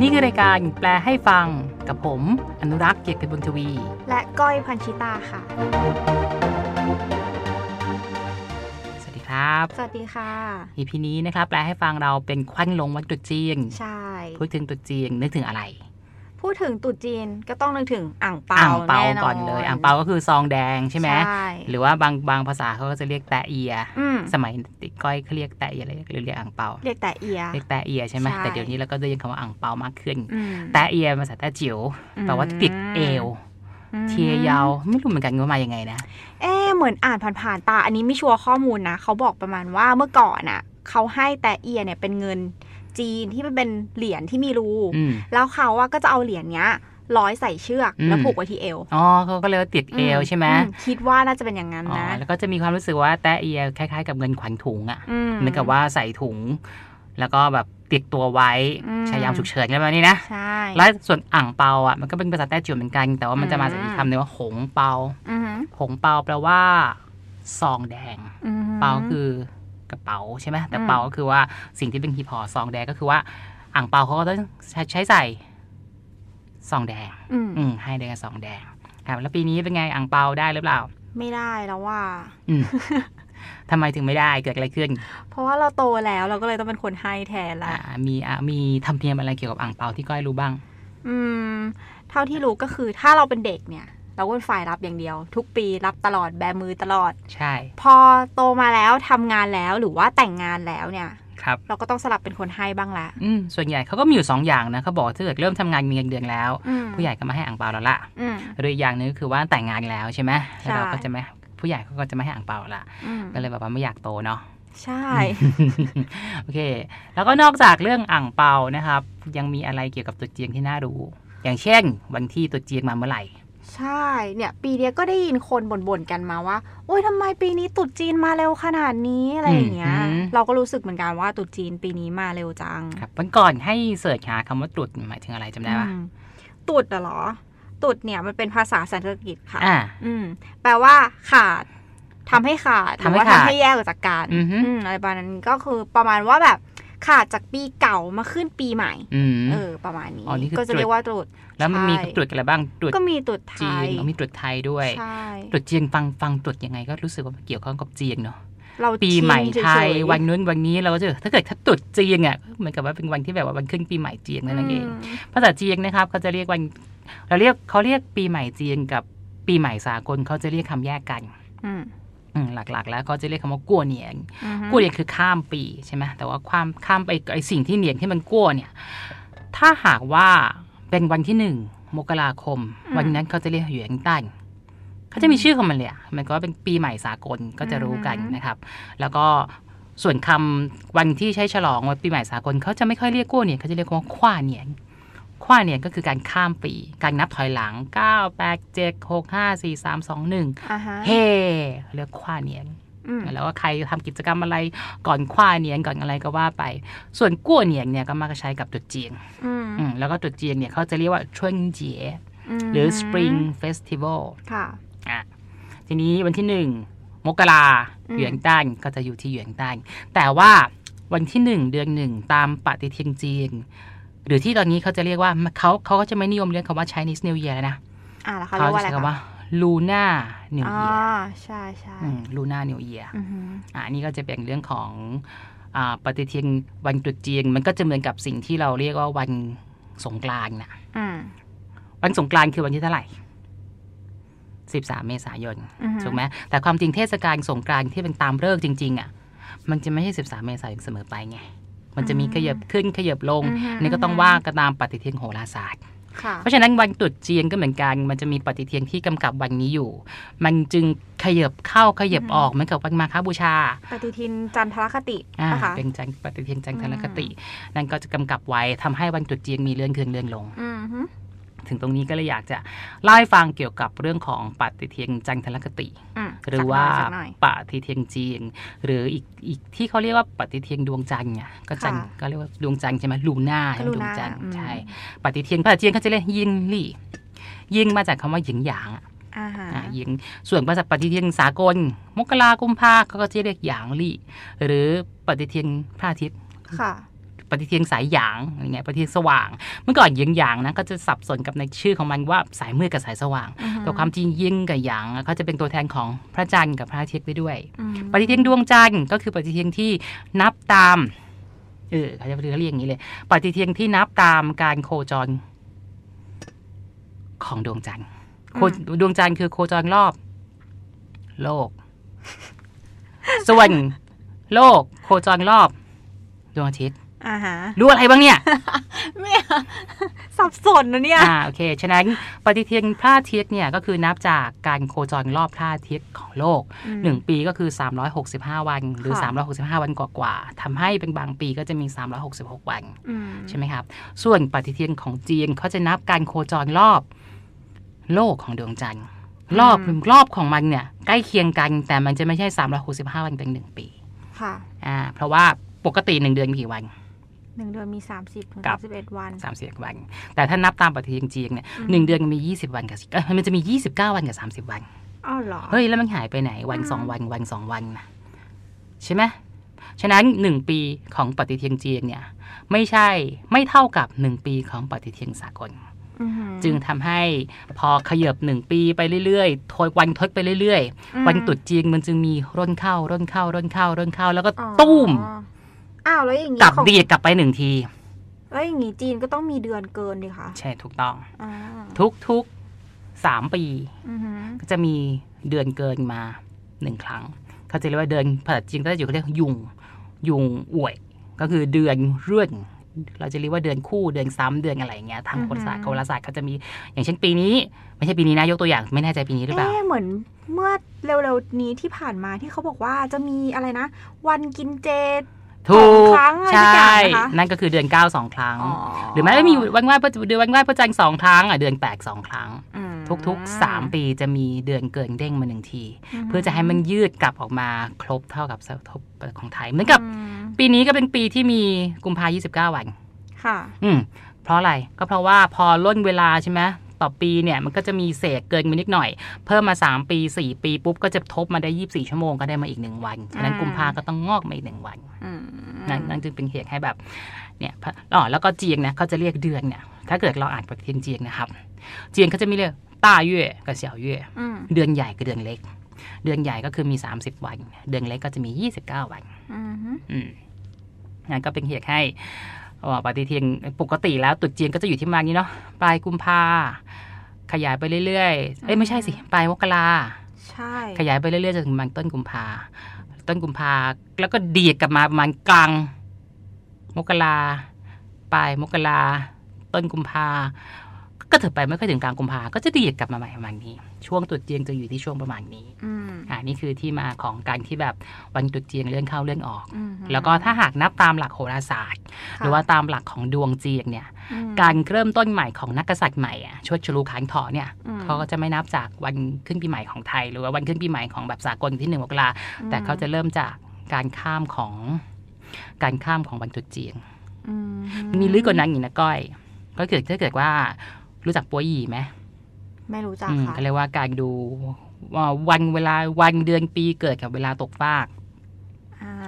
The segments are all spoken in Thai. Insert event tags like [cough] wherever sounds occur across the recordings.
นี่คือรายการแปลให้ฟังกับผมอนุรักษ์เกียรติบุญทวี และก้อยพันชิตาค่ะ สวัสดีครับ สวัสดีค่ะ EP นี้นะครับแปลให้ฟังเราเป็นควันหลงวันตรุษจีน ใช่ พูดถึงตรุษจีนนึกถึงอะไร พูดถึงตรุ๊จีนก็ต้องนึกถึงอ่างเปา อ่างเปา แ ก่อนเลยอ่างเปาก็คือซองแดงใช่ไหม ใช่ หรือว่าบางบางภาษาเขาก็จะเรียกแตะเอีย อืม สมัยติดก้อยเขาเรียกแตะเอียเลยหรือเรียกอ่างเปา เรียกแต่เอีย เรียกแตะเอียใช่ไหม ใช่ แต่เดี๋ยวนี้เราก็ได้ยินคำว่าอ่างเปามากขึ้น อืม แตะเอียภาษาแตะจิ๋วแปลว่าติดเอว อืม เทียยาวไม่รู้เหมือนกันว่ามายังไงนะ เอ๊ะเหมือนอ่านผ่านๆตา อันนี้ไม่ชัวร์ข้อมูลนะ เขาบอกประมาณว่าเมื่อก่อนอ่ะ เขาให้แต่เอียเนี่ยเป็นเงินจีนที่มันเป็นเหรียญที่มีรู อืม แล้วเขาอะก็จะเอาเหรียญเนี้ยร้อยใส่เชือก อืม แล้วผูกไว้ที่เอว อ๋อเขาก็เลยว่าติดเอวใช่ไหม อืคิดว่าน่าจะเป็นอย่างนั้น อ๋อ นะ แล้วก็จะมีความรู้สึกว่าแตะเอียคล้ายๆ กับเงินขวัญถุงอะ่ะ อืม เหมือนกับว่าใส่ถุง แล้วก็แบบติดตัวไว้ อืม ใช้ยามฉุกเฉินอะไรแบบนี้นะ ใช่ แล้วส่วนอ่างเปาอ่ะมันก็เป็นภาษาแต้จิ๋วเหมือนกัน แต่ว่ามันจะมาจากอีกคำหนึงว่าหงเปา อือหือ หงเปาแปลว่าซองแดง อือหื เปาคือกระเป๋าใช่ไหมแต่ อืม เปาก็คือว่าสิ่งที่เป็นหีบห่อซองแดงก็คือว่าอ่างเปาเขาก็ต้องใช้ใช้ใส่ซองแดง อืม อืมให้เดือนละซองแดงครับแล้วปีนี้เป็นไงอ่างเปาได้หรือเปล่า ไม่ได้แล้วว่า อืม [laughs] ทำไมถึงไม่ได้เกิดอะไรขึ้น เพราะว่าเราโตแล้วเราก็เลยต้องเป็นคนให้แทนละ อ่ามีอ่ามีธรรมเนียมอะไรเกี่ยวกับอ่างเปาที่ก้อยรู้บ้าง อืม เท่าที่รู้ก็คือถ้าเราเป็นเด็กเนี่ย เราก็เป็นฝ่ายรับอย่างเดียว ทุกปีรับตลอดแบมือตลอด ใช่ พอโตมาแล้วทำงานแล้วหรือว่าแต่งงานแล้วเนี่ย ครับ เราก็ต้องสลับเป็นคนให้บ้างละ อืมส่วนใหญ่เขาก็มีอยู่สองอย่างนะเขาบอกว่าถ้าเกิดเริ่มทำงานมีเงินเดือนแล้ว อืม ผู้ใหญ่ก็มาให้อ่างเปาแล้วล่ะ อืม หรืออีกอย่างหนึงก็คือว่าแต่งงานแล้วใช่ไหม ใช่ แล้วเราก็จะไม่ผู้ใหญ่เขาก็จะไม่ให้อ่างเปาละ อืม ก็เลยแบบว่าไม่อยากโตเนาะ [laughs] ใช่ โอเค แล้วก็นอกจากเรื่องอ่างเปานะครับ ยังมีอะไรเกี่ยวกับตรุษจีนที่น่ารู้ อย่างเช่น วันที่ตรุษจีนมาเมื่อไหร่ ใช่ เนี่ยปีเดียก็ได้ยินคนบ่นๆกันมาว่า โอ้ยทำไมปีนี้ตรุษจีนมาเร็วขนาดนี้อะไรอย่างเงี้ย อืม เราก็รู้สึกเหมือนกันว่าตรุษจีนปีนี้มาเร็วจัง ครับวันก่อนให้เสิร์ชหาคำว่าตรุษหมายถึงอะไรจำได้ปะ อืมตรุษเหรอตรุษเนี่ยมันเป็นภาษาสันสกฤตค่ะ อ่า อืม แปลว่าขาดทำให้ขาด ทำให้ รือว่า ขาด ทำให้แยกออกจากกัน อือฮึ มอะไรประมาณนั้นก็คือประมาณว่าแบบขาดจากปีเก่ามาขึ้นปีใหม่ อืม เออ ประมาณนี้ อ๋อนี่คือ ก็จะ ตรุษ เรียกว่าตรุษ แล้วมันมี ใช่ ตรุษอะไรบ้างตรุษ ก็มีตรุษไท จีน ย แล้วมีตรุษไทยด้วย ใช่ ตรุษจีนฟังฟังตรุษยังไงก็รู้สึกว่ามันเกี่ยวข้องกับจีนเนาะ เรา ปีใหม่ ชินเฉ ไทย ๆ วันนู้นวันนี้เราก็จะถ้าเกิดถ้าตรุษจีนอ่ะเหมือนกับว่าเป็นวันที่แบบว่าวันขึ้นปีใหม่จีนนั่นเอง ภาษาจีนนะครับเขาจะเรียกวันเราเรียกเขาเรียกปีใหม่จีนกับปีใหม่สากลเขาจะเรียกคำแยกกัน อืม อืมหลักๆ แล้วเขาจะเรียกคำว่ากัวเหนียง อืม กู้วเหนียงคือข้ามปีใช่ไหมแต่ว่าความข้ามไปไอสิ่งที่เหนียงที่มันกู้วเนี่ย ถ้าหากว่าเป็นวันที่หนึ่งมกราคม วันนั้นเขาจะเรียกเหยียงตั้นเขาจะมีชื่อของมันเลยอะมันก็เป็นปีใหม่สากลก็จะรู้กันนะครับ แล้วก็ส่วนคำวันที่ใช้ฉลองวันปีใหม่สากลเขาจะไม่ค่อยเรียกกู้วเหนียงเขาจะเรียกว่าขว้าเหนียงขว้าเหนียงก็คือการข้ามปี การนับถอยหลังเก้าแปดเจ็ดหกห้าสี่สามสองหนึ่ง อ่าฮะ เฮ่เรียกขว้าเหนียง อืม แล้วก็ใครทำกิจกรรมอะไรก่อนคว้าเหนียงก่อนอะไรก็ว่าไป ส่วนกั้วเหนียงเนี่ยก็มักจะใช้กับตรุษจีน อืม อืมแล้วก็ตรุษจีนเนี่ยเขาจะเรียกว่าชวนเจีย ม หรือ Spring Festival ค่ะ อ่ะทีนี้วันที่หนึ่งมกรา อืม เหยียงต้านก็จะอยู่ที่เหยียงต้านแต่ว่าวันที่หนึ่งเดือนหนึ่งตามปฏิทินจีน หรือที่ตอนนี้เขาจะเรียกว่าเขาเขาก็จะไม่นิยมเรียกคำว่า Chinese New Year แล้วนะ อ่าแล้วเขา เขา เรียกว่า จะใช้อะไรคะ คำว่า Luna New อ่า Year ใช่ใช่ อืม Luna New Year อือหือ อ่านี่ก็จะเป็นเรื่องของอาปฏิทินวันตรุษจีนมันก็จะเหมือนกับสิ่งที่เราเรียกว่าวันสงกรานต์นะ อืม วันสงกรานต์คือวันที่เท่าไหร่ 13 เมษายน อือหือ ถูกไหมแต่ความจริงเทศกาลสงกรานต์ที่เป็นตามฤกษ์จริงๆอ่ะมันจะไม่ใช่ 13 เมษายนเสมอไปไง มันจะมีขยับขึ้นขยับลงอันนี่ก็ต้องว่ากันตามปฏิทินโหราศาสตร์ ค่ะ เพราะฉะนั้นวันตรุษจีนก็เหมือนกัน มันจะมีปฏิทินที่กำกับวันนี้อยู่ มันจึงขยับเข้าขยับออกเหมือนกับวันมาฆบูชา ปฏิทินจันทรคติ อ่า นะคะ เป็นจังปฏิทินจังทรคติ อื นั่นก็จะกำกับไว้ทำให้วันจุดจีนมีเลื่อนขึ้นเลื่อนลง อือหือ ถึงตรงนี้ก็เลยอยากจะเล่าให้ฟังเกี่ยวกับเรื่องของปฏิทินจังทรคติ อืม หรือว่า สักหน่อย ปฏิทินจีน หรืออีกอีกที่เขาเรียกว่าปฏิทินดวงจันทร์เนี่ยก็จันทร์ ค่ะ ก็เรียกว่าดวงจันทร์ใช่ไหมลูน่าใช่ไหม ก็ลู ดวง น่า จันทร์ อืม ใช่ปฏิทินภาษาจีนเขาจะเรียกยิงลี่ ยิงมาจากคำว่าหยิงหยางอะ อ่าฮะ อ่ะยิงส่วนภาษาปฏิทินสากล มกรากุมภาเขาก็จะเรียกหยางลี่ หรือปฏิทินพระอาทิตย์ ค่ะ ปฏิเทียนสายหยางอะไรเงี้ยปฏิเทียนสว่าง เมื่อก่อนเยียงหยางนะก็จะสับสนกับในชื่อของมันว่าสายมืดกับสายสว่าง อือฮึ แต่ความจริงเยิงกับหยางอะเขาจะเป็นตัวแทนของพระจันทร์กับพระอาทิตย์ไปด้วย อืม ปฏิเทียนดวงจันทร์ก็คือปฏิเทียนที่นับตามเออเขาจะเรียกเรียกอย่างนี้เลย ปฏิเทียนที่นับตามการโคจร ของดวงจันทร์โคดวงจันทร์คือโคจรรอบ โลก [laughs] ส่วนโลก โคจรรอบดวงอาทิตย์ อ่าฮะ [laughs] รู้อะไรบ้างเนี่ย ไม่ย [laughs] สับสนนะเนี่ย อ่าโอเค ฉะนั้นปฏิเทียนพระอาทิตย์เนี่ยก็คือนับจากการโคจรรอบพระอาทิตย์ของโลก อืม 1 ปีก็คือ 365 วัน หรือ ค่ะ 365 วันกว่าๆทำให้เป็นบางปีก็จะมี 366 วัน อืม ใช่ไหมครับ ส่วนปฏิเทียนของจีนเขาจะนับการโคจรรอบโลกของดวงจันทร์ รอบรอบของมันเนี่ยใกล้เคียงกัน แต่มันจะไม่ใช่ 365 วันเป็นหนึ่งปี ค่ะ อ่าเพราะว่าปกติหนึ่งเดือนมีกี่วัน หนึ่งเดือนมีสามสิบถึง ครับสามสิบเอ็ดวัน สามสิบวัน แต่ถ้านับตามปฏิทินจีนเนี่ย อืม หนึ่งเดือนมันมียี่สิบวันกับเอ้ยมันจะมียี่สิบเก้าวันกับสามสิบวัน อ้าวเหรอ เฮ้ย แล้วมันหายไปไหนวัน อืม สองวันวันสองวันนะใช่ไหมฉะนั้นหนึ่งปีของปฏิทินจีนเนี่ย ไม่ใช่ไม่เท่ากับหนึ่งปีของปฏิทินสากล อือหือ จึงทำให้พอขยับหนึ่งปีไปเรื่อยๆทอยวันทดไปเรื่อย อืม ๆ วันตรุษจีนมันจึงมีร่นเข้าร่นเข้าร่นเข้าร่นเข้า แล้วก็ตุ้ม อ๋ออ้าวแล้วอย่ากงงี้ ลับ ของ เดียดกลับไปหนึ่งที แล้วอย่างงี้จีนก็ต้องมีเดือนเกินดิคะ ใช่ถูกต้อง อ่า ทุกๆสามปี อือหือ ก็จะมีเดือนเกินมาหนึ่งครั้ง เขาจะเรียกว่าเดือนภาษาจีนก็จะอยู่เขาเรียกยุง ยุงอวย ก็คือเดือนเรื่อน เราจะเรียกว่าเดือนคู่เดือนซ้ำเดือนอะไรอย่างเงี้ยทางโหราศาสตร์โหราศาสตร์เขาจะมีอย่างเช่นปีนี้ ไม่ใช่ปีนี้นะยกตัวอย่างไม่แน่ใจปีนี้หรือเปล่า เอ๊ะเหมือนเมื่อเร็วๆนี้ที่ผ่านมาที่เขาบอกว่าจะมีอะไรนะ วันกินเจ ถูก สองครั้งอะไร ใช่ สักอย่างนะคะ นั่นก็คือเดือนเก้าสองครั้ง หรือไม่ก็มีวันไหว้พระเดือนวันไหว้พระจันทร์สองครั้งอ่ะเดือนแปดสองครั้ง อืม ทุกๆสามปีจะมีเดือนเกินเด้งมาหนึ่งที หื เพื่อจะให้มันยืดกลับออกมาครบเท่ากับสทบของไทยเหมือนกับ อืม ปีนี้ก็เป็นปีที่มีกุมภา29 วัน ค่ะ อืม เพราะอะไร ก็เพราะว่าพอล่นเวลาใช่ไหมต่อปีเนี่ย มันก็จะมีเศษเกินมานิดหน่อย เพิ่มมา 3 ปี 4 ปีปุ๊บ ก็จะทบมาได้ 24 ชั่วโมงก็ได้มาอีก 1 วัน ฉะนั้น อ่า กุมภาก็ต้องงอกมาอีกหนึ่งวัน อืม นั่นนั่นจึงเป็นเหตุให้แบบ เนี่ยพระอ๋อแล้วก็เจียงนะเขาจะเรียกเดือนเนี่ย ถ้าเกิดเราอ่านปฏิทินเจียงนะครับ เจียงเขาจะมีเรียกต้าเย่กับเสี่ยวเย่ อืม เดือนใหญ่กับเดือนเล็ก เดือนใหญ่ก็คือมี 30 วัน เดือนเล็กก็จะมี 29 วัน อืม อืมนั่นก็เป็นเหตุให้เอ่อปฏิทินปกติแล้วตรุษจีนก็จะอยู่ที่ประมาณนี้เนาะปลายกุมภาขยายไปเรื่อยๆ เอ้ยไม่ใช่สิปลายมกรา ใช่ ขยายไปเรื่อยๆจนถึงประมาณต้นกุมภาต้นกุมภาแล้วก็ดีดกลับมาประมาณกลางมกราปลายมกราต้นกุมภาก็เถิดไปไม่ค่อยถึงกลางกุมภาก็จะดีดกลับมาใหม่ประมาณนี้ ช่วงตรุษจีนจะอยู่ที่ช่วงประมาณนี้ อืม อ่านี่คือที่มาของการที่แบบวันตรุษจีนเลื่อนเข้าเลื่อนออก อืม แล้วก็ถ้าหากนับตามหลักโหราศาสตร์ หรือว่าตามหลักของดวงจีนเนี่ย อืม การเริ่มต้นใหม่ของนักกษัตริย์ใหม่อะชวดชลูขานถอเนี่ย อืม เขาก็จะไม่นับจากวันขึ้นปีใหม่ของไทย หรือว่าวันขึ้นปีใหม่ของแบบสากลที่หนึ่งมกราแต่เขาจะเริ่มจากการข้ามของการข้ามของวันตรุษจีน อื มีลึกกว่านั้นอีกนะก้อย ก็เกิดถ้าเกิดว่ารู้จักปัวหยี่ไหม ไม่รู้จัก อืม ค่ะ เขาเรียกว่าการดูว่าวันเวลาวันเดือนปีเกิดกับเวลาตกฟาก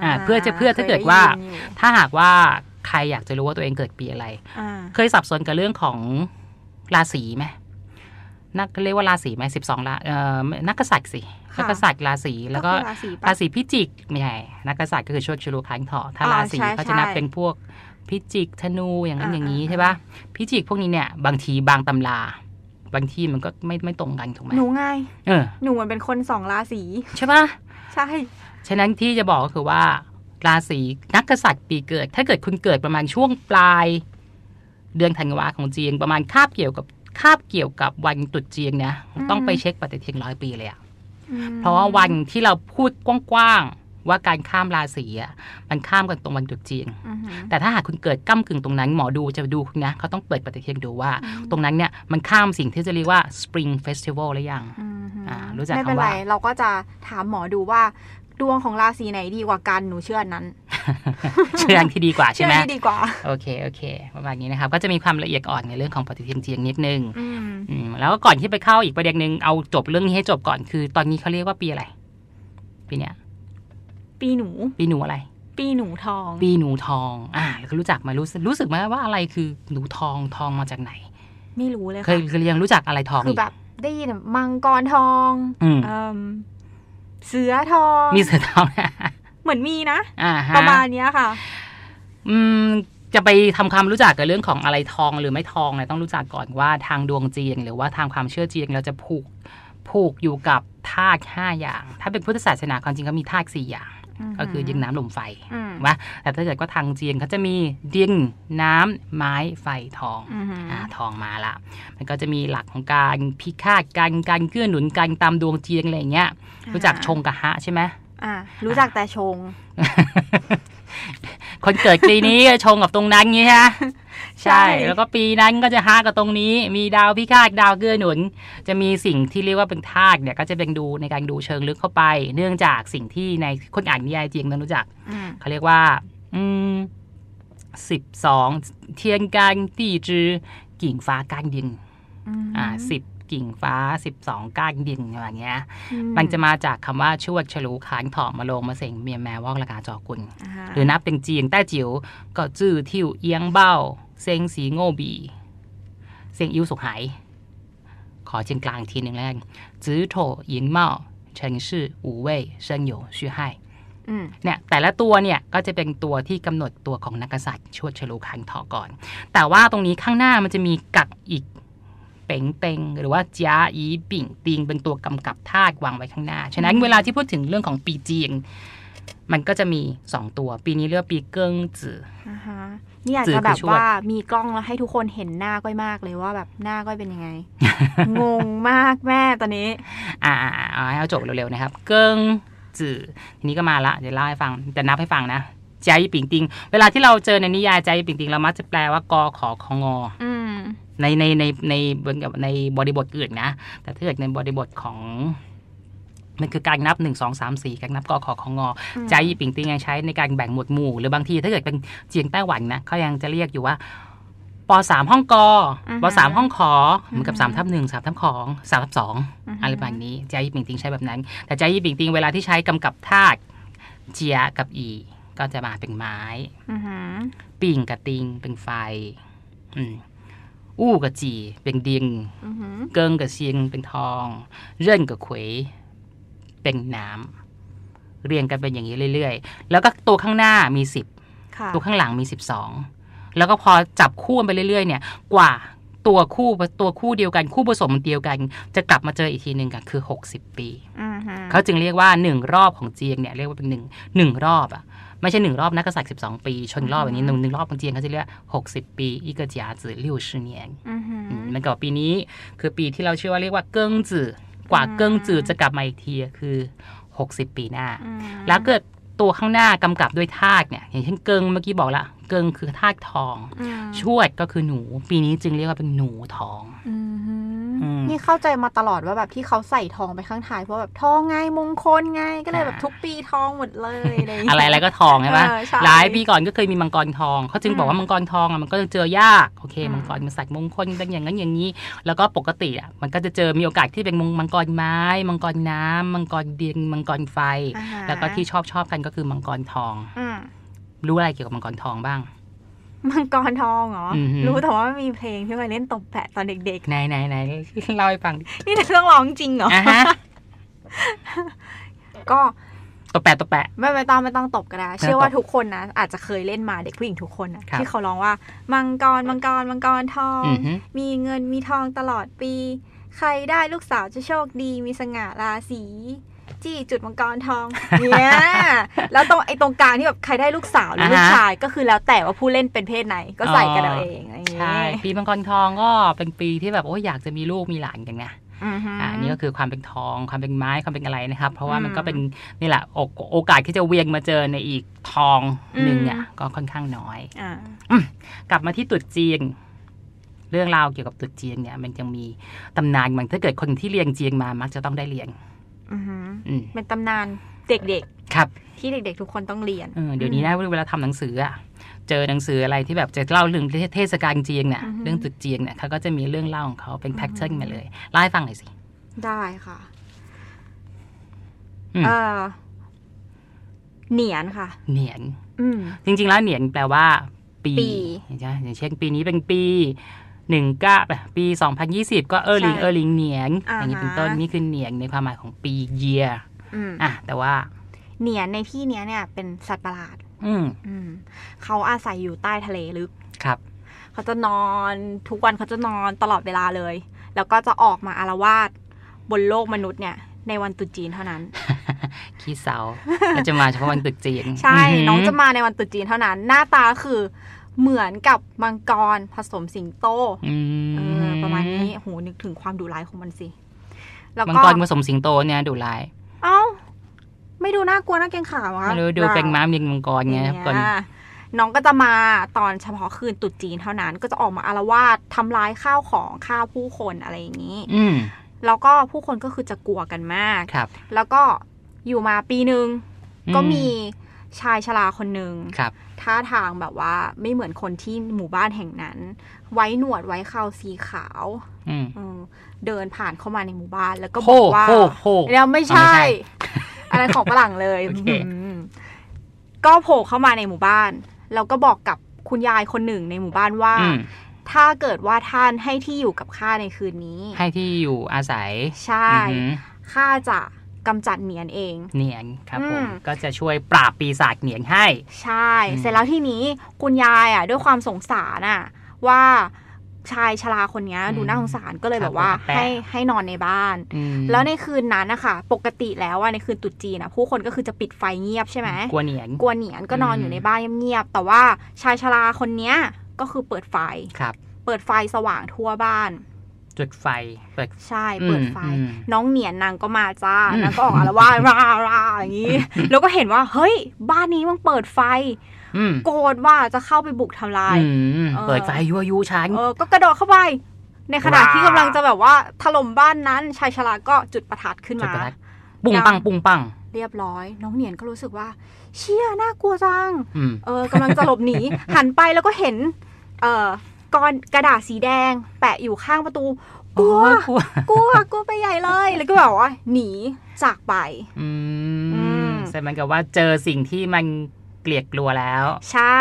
อ่าเพื่อจะเพื่อถ้าเกิดว่า คยไยินอยู่ ถ้าหากว่าใครอยากจะรู้ว่าตัวเองเกิดปีอะไร อ่า เคยสับสนกับเรื่องของราศีไหมนักเรียกว่าราศีไหมสิบสองราเอ่อนักกษัตริย์สินักกษัตริย์ราศีแล้วก็ คือราศีปะ ราศีพิจิกไม่ใช่นักกษัตริย์ก็คือชวดชลูค้างถอถ้า อ่า ราศี ใช่ เขาจะนับ ใช่ เป็นพวกพิจิกธนูอย่างนั้น อ่า อย่างนี้ อ่า ใช่ปะพิจิกพวกนี้เนี่ย บางทีบางตำรา บางที่มันก็ไม่ไม่ตรงกันถูกไหม หนูไง เออ หนูมันเป็นคนสองราศี ใช่ปะ ใช่ ฉะนั้นที่จะบอกก็คือว่าราศีนักกษัตริย์ปีเกิด ถ้าเกิดคุณเกิดประมาณช่วงปลาย เดือนธันวาของจีนประมาณคาบเกี่ยวกับคาบเกี่ยวกับวันตรุษจีนนะต้องไปเช็คปฏิทินร้อยปีเลยอะ อืม เพราะว่าวันที่เราพูดกว้างๆว่าการข้ามราศีอะมันข้ามกันตรงวันตรุษจีน อือหือ แต่ถ้าหากคุณเกิดก้ากึ่งตรงนั้นหมอดูจะดูคุณนะเขาต้องเปิดปฏิทินดูว่า อืม ตรงนั้นเนี่ยมันข้ามสิ่งที่จะเรียกว่า Spring Festival หรือยัง [laughs] อืมหื อ่ารู้จัก ไม่เป็น คำว่า ไรเราก็จะถามหมอดูว่า ดวงของราศีไหนดีกว่ากันหนูเชื่ออันนั้น เชื่ออันที่ดีกว่าใช่ไหม เอนี่ดีกว่า โอเค โอเค ประมาณนี้นะครับ ก็จะมีความละเอียดอ่อนในเรื่องของปฏิทินเจียงนิดนึง อืม อืมแล้วก็ก่อนที่ไปเข้าอีกประเด็นหนึ่งเอาจบเรื่องนี้ให้จบก่อน คือตอนนี้เขาเรียกว่าปีอะไร ปีเนี้ย ปีหนู ปีหนูอะไร ปีหนูทอง ปีหนูทองอ่าแล้วก็รู้จักไหมารู้สึกรู้สึกไหมว่าอะไรคือหนูทองทองมาจากไหน ไม่รู้เลย เค ค่ะ ยเคยยังรู้จักอะไรทอง คื อี อก แบบได้ยินอะมังกรทอง อืม เอิ่มเสือทอง มีเสือทอง [laughs] นะ เหมือนมีนะ อ่าฮะ ประมาณเนี้ยค่ะ อืมจะไปทำความรู้จักกับเรื่องของอะไรทองหรือไม่ทองเนี่ยต้องรู้จักก่อนว่าทางดวงจีนหรือว่าทางความเชื่อจีนเราจะผูกผูกอยู่กับธาตุห้าอย่าง ถ้าเป็นพุทธศาสนาความจริงก็มีธาตุสี่อย่าง ก็คือดินน้ำลมไฟ อืม ว่าแต่ถ้าเกิดว่าทางจีนเขาจะมีดินน้ำไม้ไฟทอง อืม อ่าทองมาละ มันก็จะมีหลักของการพิฆาตกันการเกื้อหนุนกันตามดวงจีนอะไรอย่างเงี้ย รู้จักชงกะฮะใช่ไหม อ่ารู้จักแต่ชง คนเกิดปีนี้ ชงกับตรงนั้นงี้ฮะ ใช่ ใช่ แล้วก็ปีนั้นก็จะฮะกับตรงนี้ มีดาวพิฆาตดาวเกื้อหนุน จะมีสิ่งที่เรียกว่าเป็นธาตุเนี่ยก็จะเป็นดูในการดูเชิงลึกเข้าไป เนื่องจากสิ่งที่ในคนอ่านนิยายจีนต้องรู้จัก อืม เขาเรียกว่า อืมสิบสองเทียนการตีจือกิ่งฟ้าก้านดิน ม อ่าสิบกิ่งฟ้าสิบสองก้านดินอะไรอย่างเงี้ย อื มันจะมาจากคำว่าชวดฉลูขานถอมมาลงมาเสงเมียแมววอกละกาจอกุล าฮะ หรือนับเป็นจีนแต้จิ๋วก็จื้อทิวเอียงเบ้าเซงสีโง่บีเซงอิ้วสุขไหายขอเชียงกลางอีกทีหนึ่งแล้วกันจื้อโถหญิงเมาเฉินชื่ออูเว่ยเซิงหยูชื่อไห้ อืม เนี่ยแต่ละตัวเนี่ยก็จะเป็นตัวที่กำหนดตัวของนักกษัตริย์ชวดฉลูขานถอก่อน แต่ว่าตรงนี้ข้างหน้ามันจะมีกักอีกเป๋งเต็งหรือว่าจ้าอีปิ่งติงเป็นตัวกำกับธาตุวางไว้ข้างหน้า ฉะนั้นเวลาที่พูดถึงเรื่องของปีจีนมันก็จะมีสองตัว ปีนี้เรียกว่าปีเกิ้งจือ อ่าฮะนี่อยาก จือ จะแบ คื บ อชวด ว่ามีกล้องแล้วให้ทุกคนเห็นหน้าก้อยมากเลยว่าแบบหน้าก้อยเป็น [laughs] ยังไง งงมากแม่ตอนนี้ อ่าอ่าอ่าเอาให้เอาจบเร็วๆนะครับ เกิ้งจือทีนี้ก็มาละเดี๋ยวเล่าให้ฟังจะนับให้ฟังนะใจปิ่งติง เวลาที่เราเจอในนิยายใจปิ่งติงเรามักจะแปลว่ากอขอของงอ อืม ในในในในเหมือนกับในบริบทอื่นนะ แต่ถ้าเกิดในบริบทของ มันคือการนับหนึ่งสองสามสี่การนับกอขอของงอ อืม ใจายปิ่งติงยังใช้ในการแบ่งหมวดหมู่ หรือบางทีถ้าเกิดเป็นเจียงไต้หวันนะเขายังจะเรียกอยู่ว่าปสามห้องกอ อือฮึ ปสามห้องขอเหมือนกับ อือฮึ สามทับหนึ่งสามทับของสามทับสองอะไรประมาณนี้ใจายปิ่งติงใช้แบบนั้น แต่ใจายปิ่งติงเวลาที่ใช้กำกับธาตุเจียกับอี ก็จะมาเป็นไม้ อือหือ ปิ่งกับติงเป็นไฟ อืมอู้กับจีเป็นดิง อือหือ เกิงกับเชียงเป็นทอง เร่นกับเขวยเป็นน้ำเรียงกันเป็นอย่างนี้เรื่อยๆ แล้วก็ตัวข้างหน้ามีสิบ ค่ะ ตัวข้างหลังมีสิบสองแล้วก็พอจับคู่กันไปเรื่อยๆ เนี่ย กว่าตัวคู่ตัวคู่เดียวกันคู่ผสมเดียวกัน จะกลับมาเจออีกทีหนึ่งกันคือหกสิบปี อือหือ เขาจึงเรียกว่าหนึ่งรอบของเจียงเนี่ยเรียกว่าเป็นหนึ่งหนึ่งรอบอ่ะไม่ใช่หนึ่งรอบนักกษัตริย์สิบสองปี ชนรอบแบบนี้หนึ่งหนึ่งรอบของเจียงเขาจะเรียกหกสิบปีอีกเจียจือเลี้ยวชื่อเนียน อือหือ มันกับปีนี้คือปีที่เราเชื่อว่าเรียกว่าเกิ้งจือกว่า อืม เกิ้งจือจะกลับมาอีกทีคือ 60 ปีหน้า อืม แล้วเกิดตัวข้างหน้ากำกับด้วยธาตุเนี่ยอย่างเช่นเกิงเมื่อกี้บอกละเกิงคือธาตุทอง อืม ชวดก็คือหนู ปีนี้จึงเรียกว่าเป็นหนูทอง อือหืออ ม นี่เข้าใจมาตลอดว่าแบบที่เขาใส่ทองไปข้างท้ายเพราะแบบทองไงมงคลไงก็เลยแบบ อ่า ทุกปีทองหมดเลย [laughs] อะไรอย่างเงี้ย อะไรอะไรก็ทองใช่ปะ เออใช่ หลายปีก่อนก็เคยมีมังกรทอง เขาจึงบอก อืม ว่ามังกรทองอะมันก็จะเจอยาก โอเค อืม มังกรมันสัตว์มงคลเป็นอย่างนั้นอย่างนี้ แล้วก็ปกติอ่ะมันก็จะเจอมีโอกาสที่เป็นมงมังกรไม้ มังกรน้ำมังกรดินมังกรไฟ อ่าฮะ แล้วก็ที่ชอบชอบกันก็คือมังกรทอง อืม รู้อะไรเกี่ยวกับมังกรทองบ้าง มังกรทองเหรออ อหือ รู้แต่ว่ามีเพลงที่เคยเล่นตบแปะตอนเด็ก ไหนไหนไหน [laughs] เล่าให้ฟังดิ ๆ นี่เรื่องร้องจริงเหรอ อ่ะฮะ ก็ ตัวแปะตัวแปะ ไม่ไม่ต้องไม่ต้องตบก็ได้เชื่อ ไม่ต้อง ว่าทุกคนนะอาจจะเคยเล่นมาเด็กผู้หญิงทุกคนนะครับ ที่เขาร้องว่า มังกรมังกรมังกรทอง อือฮึ มีเงินมีทองตลอดปี ใครได้ลูกสาวจะโชคดีมีสง่าราศีจี้จุดมังกรท [laughs] องเนี่ยแล้วตรงไอ้ตรงกลางที่แบบใครได้ลูกสาวหรืออา ฮะ ลูกชายก็คือแล้วแต่ว่าผู้เล่นเป็นเพศไหนก็ใส่กันเอา อ๋อ เองอะไรอย่างเงี้ย ใช่ ปีมังกรทองก็เป็นปีที่แบบโอ้ยอยากจะมีลูกมีหลานกันไง อือฮึ อ่านี่ก็คือความเป็นทอง ความเป็นไม้ความเป็นอะไรนะครับ เพราะว่า อืม มันก็เป็นนี่แหละโอกโอกาสที่จะเวียงมาเจอในอีกทองหนึ่งอ่ะ อืม ก็ค่อนข้างน้อย อ่า กลับมาที่ตรุษจีน เรื่องราวเกี่ยวกับตรุษจีนเนี่ย มันยังมีตำนานมันถ้าเกิดคนที่เรียนจีนมามักจะต้องได้เรียน อือหือ อืม เป็นตำนานเด็ก ครับ ๆ ที่เด็กๆ ทุกคนต้องเรียน เออเดี๋ยวนี้นะเวลาทำหนังสืออะเจอหนังสืออะไรที่แบบจะเล่าเรื่องเทศกาลจีนเนี่ย อือฮึ เรื่องจุดจีนเนี่ยเขาก็จะมีเรื่องเล่าของเขาเป็น อือฮึ แพทเทิร์นมาเลยเล่าให้ฟังหน่อยสิ ได้ค่ะ อืม เอ่อ เหนียนค่ะ เหนียน อืม จริง ๆ แล้วเหนียนแปลว่า ปี ปี ใช่ไหมอย่างเช่นปีนี้เป็นปีหนึ่งก้าปีสองพันยี่สิบก็เออหลิง ใช่ เออหลิงเหนียน อ่าฮะ อย่างนี้เป็นต้นนี่คือเหนียนในความหมายของปีเยีย อืม อ่ะแต่ว่า เหนียนในที่เนี้ยเนี่ยเป็นสัตว์ประหลาด อืม อืมเขาอาศัยอยู่ใต้ทะเลลึก ครับ เขาจะนอนทุกวันเขาจะนอนตลอดเวลาเลย แล้วก็จะออกมาอารวาสบนโลกมนุษย์เนี่ย ในวันตรุษจีนเท่านั้น ขี้ [laughs] เสาก็จะมาเฉพาะวันตรุษจีน ใช่ หื น้องจะมาในวันตรุษจีนเท่านั้น หน้าตาคือเหมือนกับมังกรผสมสิงโต อืม เออประมาณนี้โหนึกถึงความดุร้ายของมันสิ แล้ว มัง ก็ กรผสมสิงโตเนี่ยดูลาย เอ้า ไม่ดูน่ากลัวน่าเกรงขามอะ ไม่รู้ดู ปล่ เป็นม้ามยิงมังกรไงครับก่อน เนี่ยน้องก็จะมาตอนเฉพาะคืนตรุษจีนเท่านั้น ก็จะออกมาอารวาสทำร้ายข้าวของฆ่าผู้คนอะไรอย่างนี้ อืม แล้วก็ผู้คนก็คือจะกลัวกันมาก ครับ แล้วก็อยู่มาปีหนึ่ง อื ก็มีชายชราคนหนึ่ง ครับ ท่าทางแบบว่าไม่เหมือนคนที่หมู่บ้านแห่งนั้น ไว้หนวดไว้เข่าสีขาว อืม เออเดินผ่านเข้ามาในหมู่บ้านแล้วก็ โค บอกว่า โคโค แล้วไม่ อ๋อไม่ใช่ใช่ อันนั้นของฝรั่งเลย โอเค อืมก็โผล่เข้ามาในหมู่บ้าน แล้วก็บอกกับคุณยายคนหนึ่งในหมู่บ้านว่า อืม ถ้าเกิดว่าท่านให้ที่อยู่กับข้าในคืนนี้ ให้ที่อยู่อาศัย ใช่ อือหือ ข้าจะกำจัดเหนียนเอง เหนียงครับผ อื ม ม ก็จะช่วยปราบปีศาจเหนียงให้ ใช่ อืม เสร็จแล้วที่นี้คุณยายอ่ะ ด้วยความสงสารอ่ะ ว่าชายชราคนเนี้ยดูน่าสงสารก็เลยแบบว่า ให้ให้นอนในบ้าน อืม แล้วในคืนนั้นนะคะปกติแล้วอ่ะในคืนตรุษจีนอ่ะผู้คนก็คือจะปิดไฟเงียบใช่ไหม กลัวเหนียง กลัวเหนียนก็นอน อืม อยู่ในบ้านเงียบๆแต่ว่าชายชราคนเนี้ยก็คือเปิดไฟ ครับ เปิดไฟสว่างทั่วบ้าน จุดไฟเปิด ใช่เปิดไฟ อืมอืม น้องเหนียนนางก็มาจ้า อืม นางก็ออกอารวาสราราอย่าง [laughs] นี้ แล้วก็เห็นว่าเฮ้ย บ้านนี้มันเปิดไฟ อืม โกรธว่าจะเข้าไปบุกทำลาย อืม เออ เปิดไฟยั่วยุฉัน เออก็กระโดดเข้าไป ในขณะ ว้า ที่กำลังจะแบบว่าถล่มบ้านนั้นชายชราก็จุดประทัดขึ้น จุดปมาระทัดปุ้งปังปุ้งปัง เรียบร้อย น้องเหนียนก็รู้สึกว่า เชี่ยน่ากลัวจัง อืม เออกำลังจะหลบหนี หันไปแล้วก็เห็น เอ่อก้อนกระดาษสีแดง แปะอยู่ข้างประตู กลัว โอ้ยกลัว กลัว กลัวไปใหญ่เลย แล้วก็แบบว่า หนีจากไป อื อื ม ม แสดงกับว่าเจอสิ่งที่มันเกลียดกลัวแล้ว ใช่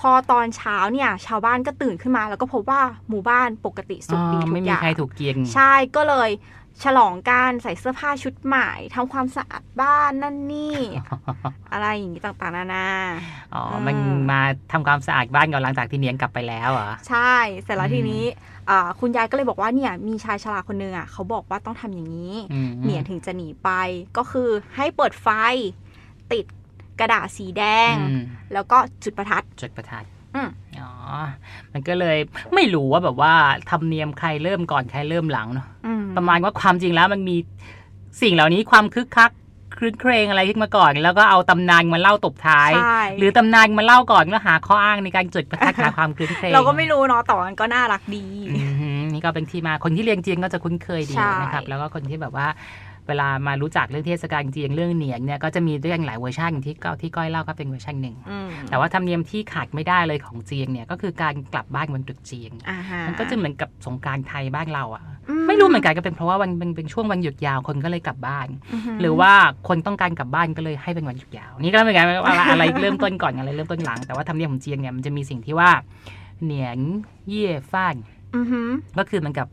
พอตอนเช้าเนี่ย ชาวบ้านก็ตื่นขึ้นมา แล้วก็พบว่าหมู่บ้านปกติสุขดีทุกอย่าง ไม่มีใครถูกเกียง ใช่ ก็เลยฉลองการใส่เสื้อผ้าชุดใหม่ทำความสะอาดบ้านนั่นนี่ อะไรอย่างนี้ต่างๆนานา อ๋ออ ม มันมาทำความสะอาดบ้านก่อนหลังจากที่เหนียงกลับไปแล้วเหรอ ใช่ เสร็จแล้วทีนี้อ่าคุณยายก็เลยบอกว่าเนี่ยมีชายชราคนหนึ่งอ่ะเขาบอกว่าต้องทำอย่างนี้ อืม เหนียนถึงจะหนีไปก็คือให้เปิดไฟ ติดกระดาษสีแดง อืม แล้วก็จุดประทัด จุดประทัด อืม อ๋อ มันก็เลยไม่รู้ว่าแบบว่าธรรมเนียมใครเริ่มก่อนใครเริ่มหลังเนาะ อื ประมาณว่าความจริงแล้วมันมีสิ่งเหล่านี้ความคึกคักครื้นเครงอะไรขึ้นมาก่อน แล้วก็เอาตำนานมาเล่าตบท้าย ใช่ หรือตำนานมาเล่าก่อนแล้วหาข้ออ้างในการจุดประทัดหาความครื้นเครง เราก็ไม่รู้เนาะแต่มันก็น่ารักดี อือหือนี่ก็เป็นที่มาคนที่เรียนจีนก็จะคุ้นเคยดี ใช่ นะครับ แล้วก็คนที่แบบว่าเวลามารู้จักเรื่องเทศกาลจีนเรื่องเหนียงเนี่ยก็จะมีเรื่องหลายเวอร์ชันที่ก็ที่ก้อยเล่าก็เป็นเวอร์ชันหนึ่ง อืม แต่ว่าธรรมเนียมที่ขาดไม่ได้เลยของจีนเนี่ยก็คือการกลับบ้านวันตรุษจีน อ่าฮ มันก็จะเหมือนกับสงกรารไทยบ้านเราอะ อื ไม่รู้เหมือนกันก็เป็นเพราะว่าวันเป็นเป็นช่วงวันหยุดยาวคนก็เลยกลับบ้าน หรือว่าคนต้องการกลับบ้านก็เลยให้เป็นวันหยุดยาว นี่ก็เหมือนกันว่าอะไร เริ่มต้นก่อนอะไรเริ่มต้นหลัง แต่ว่าธรรมเนียมของจีนเนี่ยมันจะมีสิ่งที่ว่าเหนียนเย่ฟ้าน อือหือ ก็คือเหมันกับ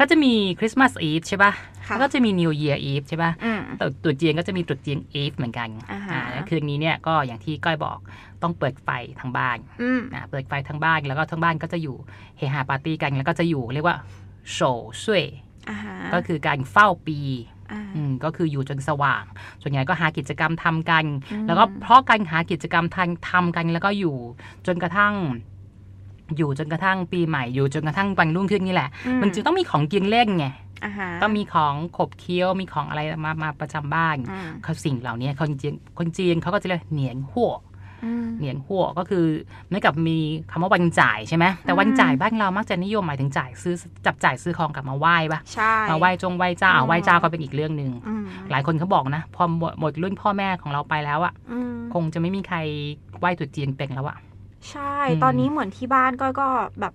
ก็จะมีคริสต์มาสอีฟใช่ป่ะ ค่ะ แล้วก็จะมีนิวเยียร์อีฟใช่ป่ะ อืม แต่ตรุษจีนก็จะมีตรุษจีนอีฟเหมือนกัน อ่าฮะ อ่าแล้วคืนนี้เนี่ยก็อย่างที่ก้อยบอกต้องเปิดไฟทางบ้าน อืม นะเปิดไฟทางบ้านแล้วก็ทั้งบ้านก็จะอยู่เฮฮาปาร์ตี้กันแล้วก็จะอยู่เรียกว่าโฉซวย อ่าฮะ ก็คือการเฝ้าปี อ่า อืมก็คืออยู่จนสว่าง ส่วนใหญ่ก็หากิจกรรมทำกัน อืม แล้วก็เพราะการหากิจกรรมทางทำกันแล้วก็อยู่จนกระทั่ง อยู่จนกระทั่งปีใหม่อยู่จนกระทั่งวันรุ่งขึ้นนี่แหละ มันจึงต้องมีของกินเล่นไง อ่าฮะ ต้องมีของขบเคี้ยวมีของอะไรมามาประจำบ้าน อืม เขาสิ่งเหล่านี้คนจีนคนจีนเขาก็จะเรียกเหนียงหัว อืม เหนียงหัวก็คือเหมือนกับมีคำว่าวันจ่ายใช่ไหมแต่ อืม วันจ่ายบ้านเรามักจะนิยมหมายถึงจ่ายซื้อจับจ่ายซื้อของกลับมาไหว้ปะ ใช่ มาไหว้จงไหว้เจ้า อืม อ่ะไหว้เจ้าก็เป็นอีกเรื่องหนึ่ง อืม หลายคนเขาบอกนะพอหมดหมดรุ่นพ่อแม่ของเราไปแล้วอ่ะ อืม คงจะไม่มีใครไหว้ตรุษจีนเป็นแล้วอ่ะ ใช่ อืม ตอนนี้เหมือนที่บ้านก็ก็แบบ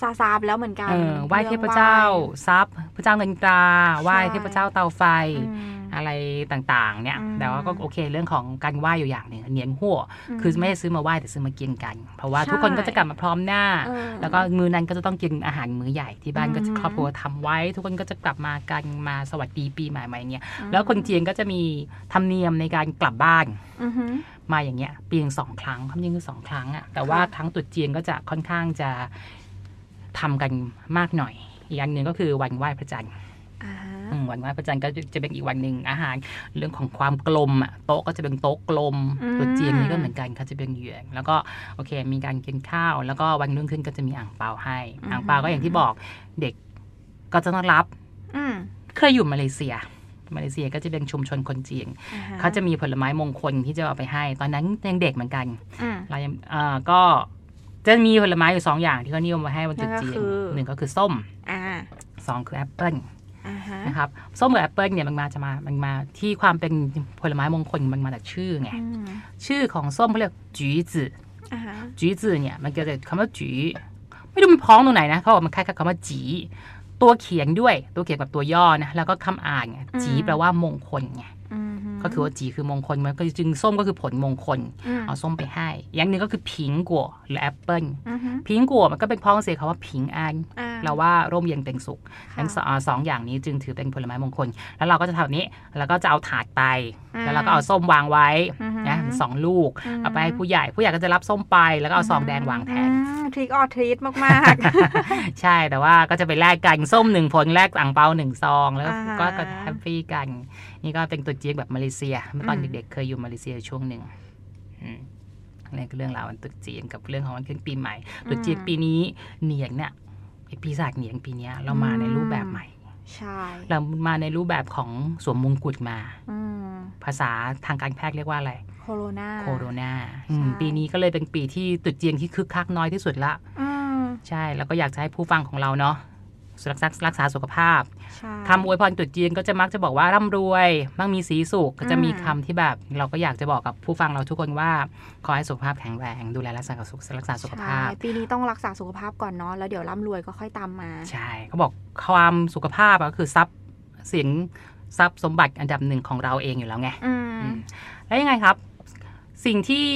ซาซาบแล้วเหมือนกัน เออไหว้เท รื่อง พเจ้า ไหว้ ทรัพย์ พระเจ้าเงินตราไหว้ ใช่ เทพเจ้าเตาไฟ อืม อะไรต่างๆ เนี่ย อืม แต่ว่าก็โอเคเรื่องของการไหว้อยู่อย่างหนึ่งเหนียงหัวคือไม่ได้ซื้อมาไหว้แต่ซื้อมากินกัน เพราะว่า ใช่ ทุกคนก็จะกลับมาพร้อมหน้า เออ แล้วก็มื้อนั้นก็จะต้องกินอาหารมื้อใหญ่ที่บ้านก็ อืม ครอบครัวทำไว้ ทุกคนก็จะกลับมากันมาสวัสดีปีใหม่มาอย่างเงี้ยแล้วคนจีนก็จะมีธรรมเนียมในการกลับบ้าน อือหือ มาอย่างเงี้ยปีหนึงสองครั้งความจริงคือสองครั้งอะแต่ว่า ค่ะ ครั้งตรุษจีนก็จะค่อนข้างจะทำกันมากหน่อย อีกอันหนึ่งก็คือวันไหว้พระจันทร์ อ่าฮะ อืมวันไหว้พระจันทร์ก็จะเป็นอีกวันหนึ่งอาหารเรื่องของความกลมอ่ะโต๊ะก็จะเป็นโต๊ะกลม อืม ตัวจีนนี่ก็เหมือนกันเขาจะเป็นเหยื่องแล้วก็โอเค มีการกินข้าว แล้วก็วันรุ่งขึ้นก็จะมีอ่างเปาให้อ่างเปาก็อย่างที่บอกเด็กก็จะต้องรับ อืม เคยอยู่มาเลเซีย มาเลเซียก็จะเป็นชุมชนคนจีน อ่ฮ เขาจะมีผลไม้มงคลที่จะเอาไปให้ ตอนนั้นยังเด็กเหมือนกัน อืม เรายังเอ่อก็จะมีผลไม้อยู่สองอย่างที่เขานิยมมาให้วันตรุษจีนหนั่นก็คือนึ่งก็คือส้ม อ่า สองคือแอปเปิล อ่าฮะ นะครับส้มกับแอปเปิลเนี่ยมันมาจะมามันมาที่ความเป็นผลไม้มงคลมันมาจากชื่อไง อืม ชื่อของส้มเขาเรียกจีจือ อ่าฮะ จีจือเนี่ยมันเกิดจากคำว่าจีไม่รู้มันพ้องตรงไหนนะเขาบอกมันคล้ายๆคำว่าจี ตัวเขียนด้วยตัวเขียนกับตัวย่อนะแล้วก็คำอ่านไงจีแปลว่ามงคลไง อืม ก็คือว่าจีคือมงคลมันก็จึงส้มก็คือผลมงคล ม เอาส้มไปให้ อย่างหนึ่งก็คือผิงกัวหรือแอปเปิล อือฮึ ผิงกัวมันก็เป็นพ้องเสียงคำว่าผิงอัน อ่ เราว่าร่มเย็นเป็นสุข ค่ะ ทั้งสองอ่าสองอย่างนี้จึงถือเป็นผลไม้มงคล แล้วเราก็จะทำแบบนี้ แล้วก็จะเอาถาดไป อืม แล้วเราก็เอาส้มวางไว้ อือฮึ นะสองลูก เอาไปให้ผู้ใหญ่ ผู้ใหญ่ก็จะรับส้มไป แล้วก็เอาซองแดงวางแทน ทริกออทริทมากๆ ใช่ แต่ว่าก็จะไปแลกกันส้มหนึ่งผลแลกอ่างเปาหนึ่งซอง แล้วก็ อ่า ก็ก็แฮปปี้กัน นี่ก็เป็นตัวจีนแบบมาเลเซีย เมื่อตอน อืม เด็กๆเคยอยู่มาเลเซียช่วงหนึ่งอืมนี่ก็เรื่องราววันตรุษจีนกับเรื่องของวันขึ้นปีใหม่ตรุษจีนปีนี้เหนียงเนี่ยไอ้ปีศาจเหนียงปีเนี้ยเรามาในรูปแบบใหม่ ใช่ เรามาในรูปแบบของสวมมงกุฎมา อืม ภาษาทางการแพทย์เรียกว่าอะไร โคโรนา โคโรนาอืม ใช่ ปีนี้ก็เลยเป็นปีที่ตรุดจีนที่คึกคักน้อยที่สุดละ อืม ใช่ แล้วก็อยากจะให้ผู้ฟังของเราเนาะรักษารักษาสุขภาพ ใช่ คำอวยพรตรุษจีนก็จะมักจะบอกว่าร่ำรวยมั่งมีสีสุขก็จะมี อืม คำที่แบบ เราก็อยากจะบอกกับผู้ฟังเราทุกคนว่า ขอให้สุขภาพแข็งแรงดูแลรักษาสุขรักษาสุขภาพ ใช่ปีนี้ต้องรักษาสุขภาพก่อนเนาะแล้วเดี๋ยวร่ำรวยก็ค่อยตามมา ใช่เขาบอกความสุขภาพอะก็คือทรัพย์เสียงทรัพย์สมบัติอันดับหนึ่งของเราเองอยู่แล้วไง อืม อืมแล้วยังไงครับ สิ่งที่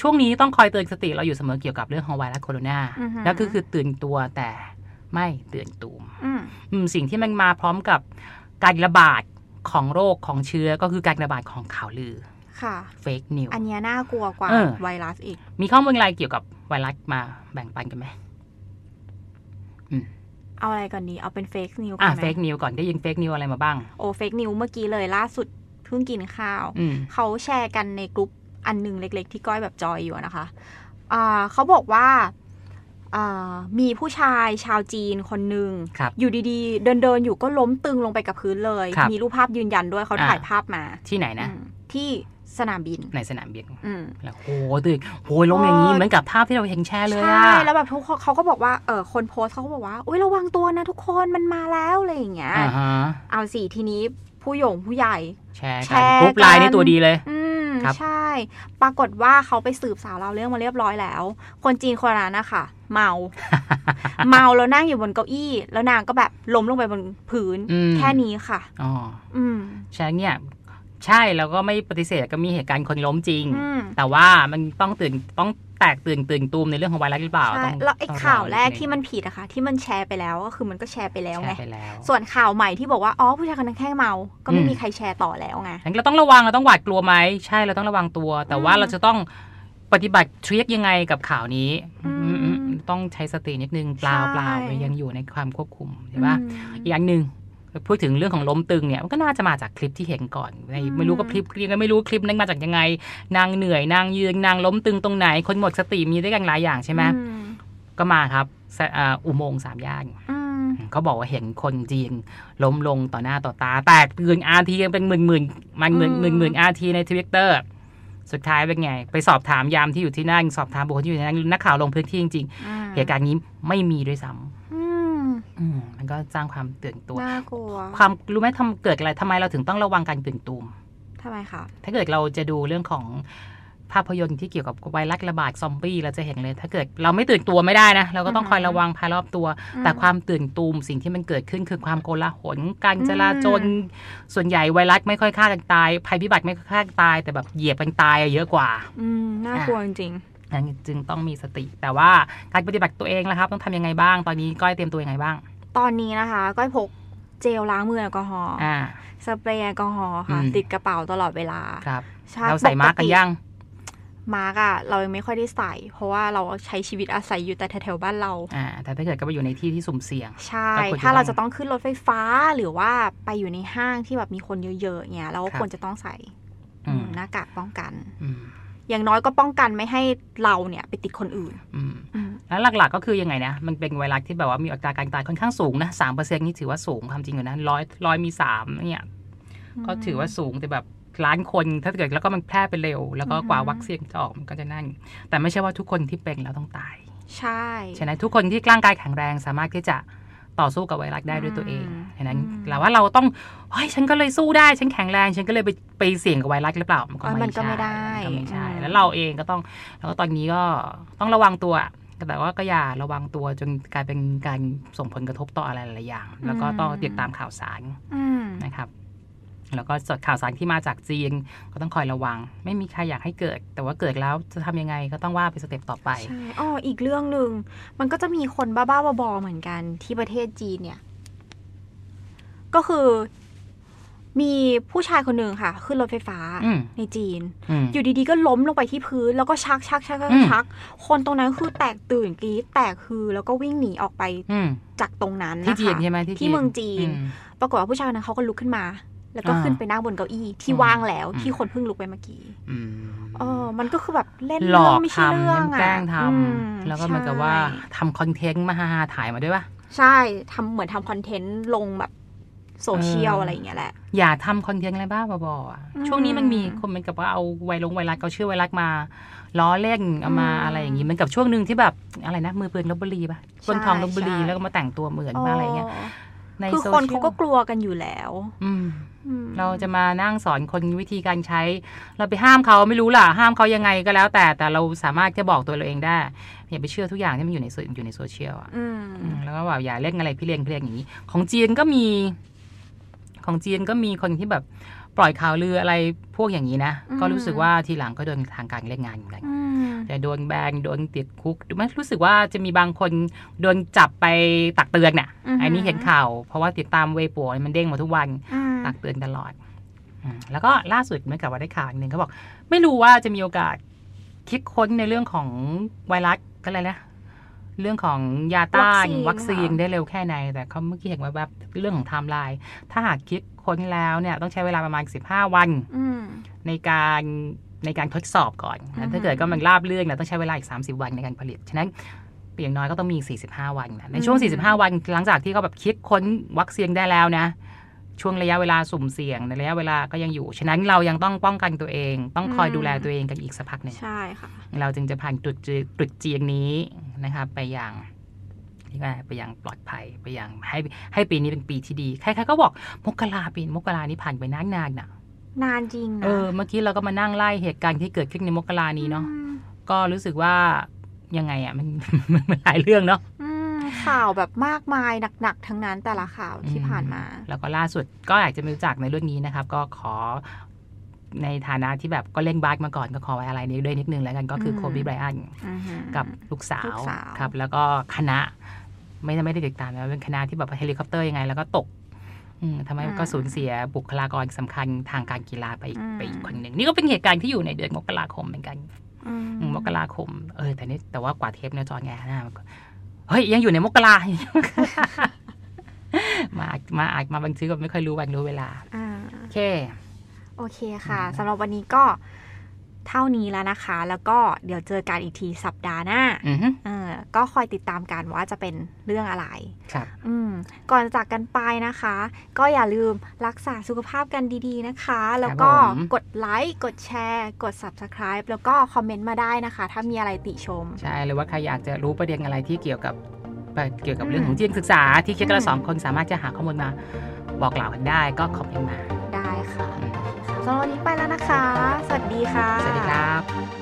ช่วงนี้ต้องคอยเตือนสติเราอยู่เสมอเกี่ยวกับเรื่องของไวรัสโคโรนา อือฮึ แล้วก็คือตื่นตัวแต่ไม่ตื่นตูม อืม อืมสิ่งที่มันมาพร้อมกับการระบาดของโรคของเชื้อก็คือการระบาดของข่าวลือ ค่ะ เฟกนิว อันเนี้ยน่ากลัวกว่า เออ ไวรัสอีก มีข้อมูลอะไรเกี่ยวกับไวรัสมาแบ่งปันกันไหม เอาอะไรก่อนดีเอาเป็นเฟกนิวก่ อ่ะ อนไห เฟ ม กนิวก่อนได้ยินเฟกนิวอะไรมาบ้าง โอ้เฟกนิวเมื่อกี้เลยล่าสุดเพิ่งกินข้าว อืม เขาแชร์กันในกลุ่มอันหนึ่งเล็ก ๆ ที่ก้อยแบบจอยอยู่อะนะคะอ่าเขาบอกว่าอ่ามีผู้ชายชาวจีนคนหนึ่ง ครับ อยู่ดีๆ เดินเดินๆอยู่ก็ล้มตึงลงไปกับพื้นเลย ครับ มีรูปภาพยืนยันด้วยเขา อ่า ถ่ายภาพมา ที่ไหนนะ อืมที่สนามบิน ในสนามบิน อืม แล้วโหตื่นโหยล้มอย่างนี้ โอ้ย เหมือนกับภาพที่เราเห็นแชร์เลย ใช่ อะ แล้วแบบทุกคนเขาก็บอกว่าเออคนโพสต์เขาก็บอกว่าอุ้ยระวังตัวนะทุกคนมันมาแล้วอะไรอย่างเงี้ย อ่าฮะ เอาสิทีนี้ผู้หยงผู้ใหญ่ แชร์ แช กัน ร์ กรุ๊ปไลน์นี่ กัน ตัวดีเลย อืม ครับ ใช่ ปรากฏว่าเขาไปสืบสาวเราวเรื่องมาเรียบร้อยแล้ว คนจีนคนนั้นนะคะเมา [laughs] เมาแล้วนั่งอยู่บนเก้าอี้ แล้วนางก็แบบล้มลงไปบนพื้น อืม แค่นี้ค่ะ อ๋อ อืม ใช่เนี่ยใช่แล้วก็ไม่ปฏิเสธก็มีเหตุการณ์คนล้มจริง อืม แต่ว่ามันต้องตื่นต้องแตกตื่นตื่นตูมในเรื่องของไวรัสหรือเปล่า ใช่ ต้อง แล้วไอ้ ต้อง ข่าวแรก นิดนึง ที่มันผิดอะค่ะ ที่มันแชร์ไปแล้วก็คือมันก็แชร์ไปแล้ว แช ไง ร์ไปแล้ว ส่วนข่าวใหม่ที่บอกว่าอ๋อผู้ชายคนนั้นแค่เมา ก็ไม่มีใครแชร์ต่อแล้วไง งั้นเราต้องระวังเราต้องหวาดกลัวไหมใช่เราต้องระวังตัว แต่ว่า อืม เราจะต้องปฏิบัติทริคยังไงกับข่าวนี้ อืม อืมๆต้องใช้สตินิดนึงเปล่า ใช่ เปล่ามันยังอยู่ในความควบคุมใช่ปะ อืม อีกอันหนึ่งพูดถึงเรื่องของล้มตึงเนี่ยมันก็น่าจะมาจากคลิปที่เห็นก่อนใน อืม ไม่รู้ก็คลิปยังไม่รู้คลิปนั้นมาจากยังไง นางเหนื่อยนางยืนนางล้มตึงตรงไหน คนหมดสติมีด้วยกันหลายอย่างใช่ไหม อื ก็มาครับสะอ่าอุโมงค์สามย่าน อืม เขาบอกว่าเห็นคนจีนล้มลงต่อหน้าต่อตาแตกตื่นอาทีกันเป็นหมื่นหมื่นๆมันหมื่น อืม หมื่นหมื่นอาทีในทวิตเตอร์สุดท้ายเป็นไง ไปสอบถามยามที่อยู่ที่นั่นสอบถามบุคคลที่อยู่ที่นั่นนักข่าวลงพื้นที่จริง อืม ๆเหตุการณ์นี้ไม่มีด้วยซ้ อืม ำอืมมันก็สร้างความตื่นตัว น่ากลัว ความรู้ไหมทำเกิดอะไรทำไมเราถึงต้องระวังการตื่นตูม ทำไมคะ ถ้าเกิดเราจะดูเรื่องของ ภาพยนตร์ที่เกี่ยวกับไวรัสระบาดซอมบี้เราจะเห็นเลย ถ้าเกิดเราไม่ตื่นตัวไม่ได้นะ เราก็ต้อง อือคฮึอยระวังภายรอบตัว อืม แต่ความตื่นตูมสิ่งที่มันเกิดขึ้นคือความโกลาหลการจราจร อืม ส่วนใหญ่ไวรัสไม่ค่อยฆ่ากันตาย ภัยพิบัติไม่ค่อยฆ่ากันตาย แต่แบบเหยียบกันตายอะเยอะกว่า อืมน่ากลัวจริง นั้นจึงต้องมีสติ แต่ว่าการปฏิบัติตัวเองนะครับ ต้องทำยังไงบ้าง ตอนนี้ก้อยเตรียมตัวยังไงบ้าง ๆตอนนี้นะคะ ก็พกเจลล้างมือแอลกอฮอล์ อ่า สเปรย์แอลกอฮอล์ค่ะ อืม ติดกระเป๋าตลอดเวลา ครับ ใช่ เราใส่มาร์กกันยัง มาร์กอะเรายังไม่ค่อยได้ใส่ เพราะว่าเราใช้ชีวิตอาศัยอยู่แต่แถวๆบ้านเรา อ่า แต่ถ้าเกิดก็ไปอยู่ในที่ที่สุ่มเสี่ยง ใช่ ก็ควรจะ ถ้าเรา ต้อง จะต้องขึ้นรถไฟฟ้าหรือว่าไปอยู่ในห้างที่แบบมีคนเยอะๆเงี้ยเราก็ ครับ ควรจะต้องใส่ อืม อืมหน้ากากป้องกัน อืม อย่างน้อยก็ป้องกันไม่ให้เราเนี่ยไปติดคนอื่น อืม อืม แล้วหลักๆก็คือยังไงนะ มันเป็นไวรัสที่แบบว่ามีอัตราการตายค่อนข้างสูงนะสามเปอร์เซ็นต์นี่ถือว่าสูงความจริงอยู่นะร้อยร้อยมีสามเนี่ย ก็ถือว่าสูงแต่แบบล้านคนถ้าเกิดแล้วก็มันแพร่ไปเร็ว แล้วก็กว่าวัคซีนจะออกมันก็จะนั่น แต่ไม่ใช่ว่าทุกคนที่เป็นแล้วต้องตาย ใช่ ฉะนั้นทุกคนที่ร่างกายแข็งแรงสามารถที่จะต่อสู้กับไวรัสได้ด้วยตัวเอง ฉะนั้นเราว่าเราต้องเฮ้ยฉันก็เลยสู้ได้ ฉันแข็งแรง ฉันก็เลยไปไปเสี่ยงกับไวรัสหรือเปล่า มันก็ เอ้ย ไม่ มันก็ ใช่ ไม่ได้ มันก็ไม่ใช่ อืม แล้วเราเองก็ต้องแล้วก็ตอนนี้ก็ต้องระวังตัวแต่ว่าก็อย่าระวังตัวจนกลายเป็นการส่งผลกระทบต่ออะไรหลายๆอย่าง แล้วก็ต้องติดตามข่าวสาร อืม นะครับ แล้วก็สดข่าวสารที่มาจากจีนก็ต้องคอยระวัง ไม่มีใครอยากให้เกิด แต่ว่าเกิดแล้วจะทำยังไงก็ต้องว่าไปสเต็ปต่อไป ใช่อ๋ออีกเรื่องหนึ่งมันก็จะมีคนบ้าๆบอๆเหมือนกันที่ประเทศจีนเนี่ย ก็คือ มีผู้ชายคนหนึ่งค่ะ ขึ้นรถไฟฟ้า อืม ในจีน อืม อยู่ดีๆ ก็ล้มลงไปที่พื้นแล้วก็ชักชักชักชัก อืม ชัก คนตรงนั้นคือแตกตื่นกรี๊ดแตกคือ แล้วก็วิ่งหนีออกไป อืม จากตรงนั้น ที่ นะคะ จีนใช่ไหมที่ ที่เมืองจีน ม ปรากฏว่าผู้ชายคนนั้นเขาก็ลุกขึ้นมา แล้วก็ อ่า ขึ้นไปนั่งบนเก้าอี้ที่ อืม ว่างแล้ว อืม ที่คนเพิ่งลุกไปเมื่อกี้ อืม เออมันก็คือแบบเล่น หล เรื่ อ อง ก ไม่ ท ใช่ ำ เรื่อง แกล้ อ่ะ งท อืม ำแล้วก็เหมือนกับว่าทำคอนเทนต์มาฮาๆถ่ายมาด้วยป่ะ ใช่ทำเหมือนทำคอนเทนต์ลงแบบโซเชียล เอออ อะไรอย่างเงี้ยแหละ อย่าทำคอนเทนต์อะไรบ้าบอๆอะ อืม ช่วงนี้มันมีคนเหมือนกับว่าเอาไวรัสไวรัสเอาชื่อไวรัสมาล้อเล่นเอามา อืม อะไรอย่างนี้เหมือนกับช่วงหนึ่งที่แบบอะไรนะมือปืนลบบุรีป่ะปใช่ล้นทองลบบุรี ใช่ แล้วก็มาแต่งตัวเหมือนมาอะไรเงี้ยใน คือ โซ คน เชี เขา ยล ก็กลัวกันอยู่แล้ว อืม อืม เราจะมานั่งสอนคนวิธีการใช้ เราไปห้ามเขาไม่รู้ล่ะ ห้ามเขายังไงก็แล้วแต่แต่เราสามารถจะบอกตัวเราเองได้อย่าไปเชื่อทุกอย่างที่มันอยู่ในสื่ออยู่ในโซเชียลอ่ะ อืม อืมแล้วก็แบบอย่าเล่นอะไรพี่เลี้ยงพี่เลี้ยงอย่างนี้ ของจีนก็มี ของจีนก็มีคนที่แบบปล่อยข่าวลืออะไรพวกอย่างนี้นะก็รู้สึกว่าทีหลังก็โดนทางการเล่นงานเหมือนกัน อืม แต่โดนแบนโดนติดคุกไม่รู้สึกว่าจะมีบางคนโดนจับไปตักเตือนเนี่ยอันนี้เห็นข่าวเพราะว่าติดตามเวโปัวมันเด้งมาทุกวัน อืม ตักเตือนตลอดอืมแล้วก็ล่าสุดเมื่อกลับว่าได้ข่าวอันหนึ่งเขาบอก ไม่รู้ว่าจะมีโอกาสคิดค้นในเรื่องของไวรัสก็อะไรนะ เรื่องของยาต้าน วั วั ค คซีซีน น ค่ะ ได้เร็วแค่ไหน แต่เขาเมื่อกี้เห็นว่าแบบเรื่องของไทม์ไลน์ถ้าหากคิดค้นแล้วเนี่ย ต้องใช้เวลาประมาณ 15 วัน อืม ในการในการทดสอบก่อน อือฮึ แล้วถ้าเกิดก็มันราบเรื่องเนี่ยต้องใช้เวลาอีก 30 วันในการผลิต ฉะนั้นอย่างน้อยก็ต้องมี 45 วันนะในช่วง 45 วันหลังจากที่เขาแบบคิดค้นวัคซีนได้แล้วนะ ช่วงระยะเวลาสุ่มเสี่ยงในระยะเวลาก็ยังอยู่ ฉะนั้นเรายังต้องป้องกันตัวเอง ต้องคอย อืม ดูแลตัวเองกันอีกสักพักหนึ่ง ใช่ค่ะ เราจึงจะผ่านจุดจีจุดจีนนี้นะคะไปอย่างนี่ไงไปอย่างปลอดภัยไปอย่างให้ให้ปีนี้เป็นปีที่ดีใครๆก็บอกมกราปีมกรานี้ผ่านไปนานๆน่ะ นานจริงนะ เออเมื่อกี้เราก็มานั่งไล่เหตุการณ์ที่เกิดขึ้นในมกรานี้เนาะ อืม ก็รู้สึกว่ายังไงอ่ะมัน [laughs] มันหลายเรื่องเนาะ อืมข่าวแบบมากมายหนักๆทั้งนั้นแต่ละข่าวที่ผ่านมา แล้วก็ล่าสุดก็อยากจะมารู้จักในเรื่องนี้นะครับ ก็ขอในฐานะที่แบบก็เล่นบาสมาก่อนก็ขอไว้อะไรนี้ด้วยนิดนึงแล้วกันก็คือ อืม โคบีไบรอัน อือฮึ กับลูกสา ลู ว กสาว ครับ แล้วก็คณะ ไม่ไม่ได้ติดตามนะเป็นคณะที่แบบว่าเฮลิคอปเตอร์ยังไง แล้วก็ตกอืมทำให้ก็สูญเสียบุคลากรสำคัญทางการกีฬาไปอีกไปอีกคนหนึ่งนี่ก็เป็นเหตุการณ์ที่อยู่ในเดือนมกราคมเหมือนกัน อืม มกราคม เออ แต่นี่แต่ว่ากว่าเทปเนี่ยจอแงหน้ามันก็เฮ้ย ยังอยู่ในมกรา [laughs] มาอัดมาอัดมาบันทึกก็ไม่ค่อยรู้วันรู้เวลา อ่า โอเค โอเคค่ะ อืม สำหรับวันนี้ก็เท่านี้แล้วนะคะ แล้วก็เดี๋ยวเจอกันอีกทีสัปดาห์หน้า อือฮึ เออก็คอยติดตามกันว่าจะเป็นเรื่องอะไร ครับ อืมก่อนจากกันไปนะคะ ก็อย่าลืมรักษาสุขภาพกันดีๆนะคะ แล้วก็ ครับผม กดไลค์กดแชร์ กด subscribe แล้วก็คอมเมนต์มาได้นะคะ ถ้ามีอะไรติชม ใช่หรือว่าใครอยากจะรู้ประเด็นอะไรที่เกี่ยวกับเกี่ยวกับเรื่องของจีนศึกษา ที่คิดกันละสองคนสามารถจะหาข้อมูลมาบอกกล่าวกันได้ ก็คอมเมนต์มา ได้ค่ะ อืม สำหรับวันนี้ไปแล้วนะคะ สวัสดีค่ะ สวัสดีครับ บ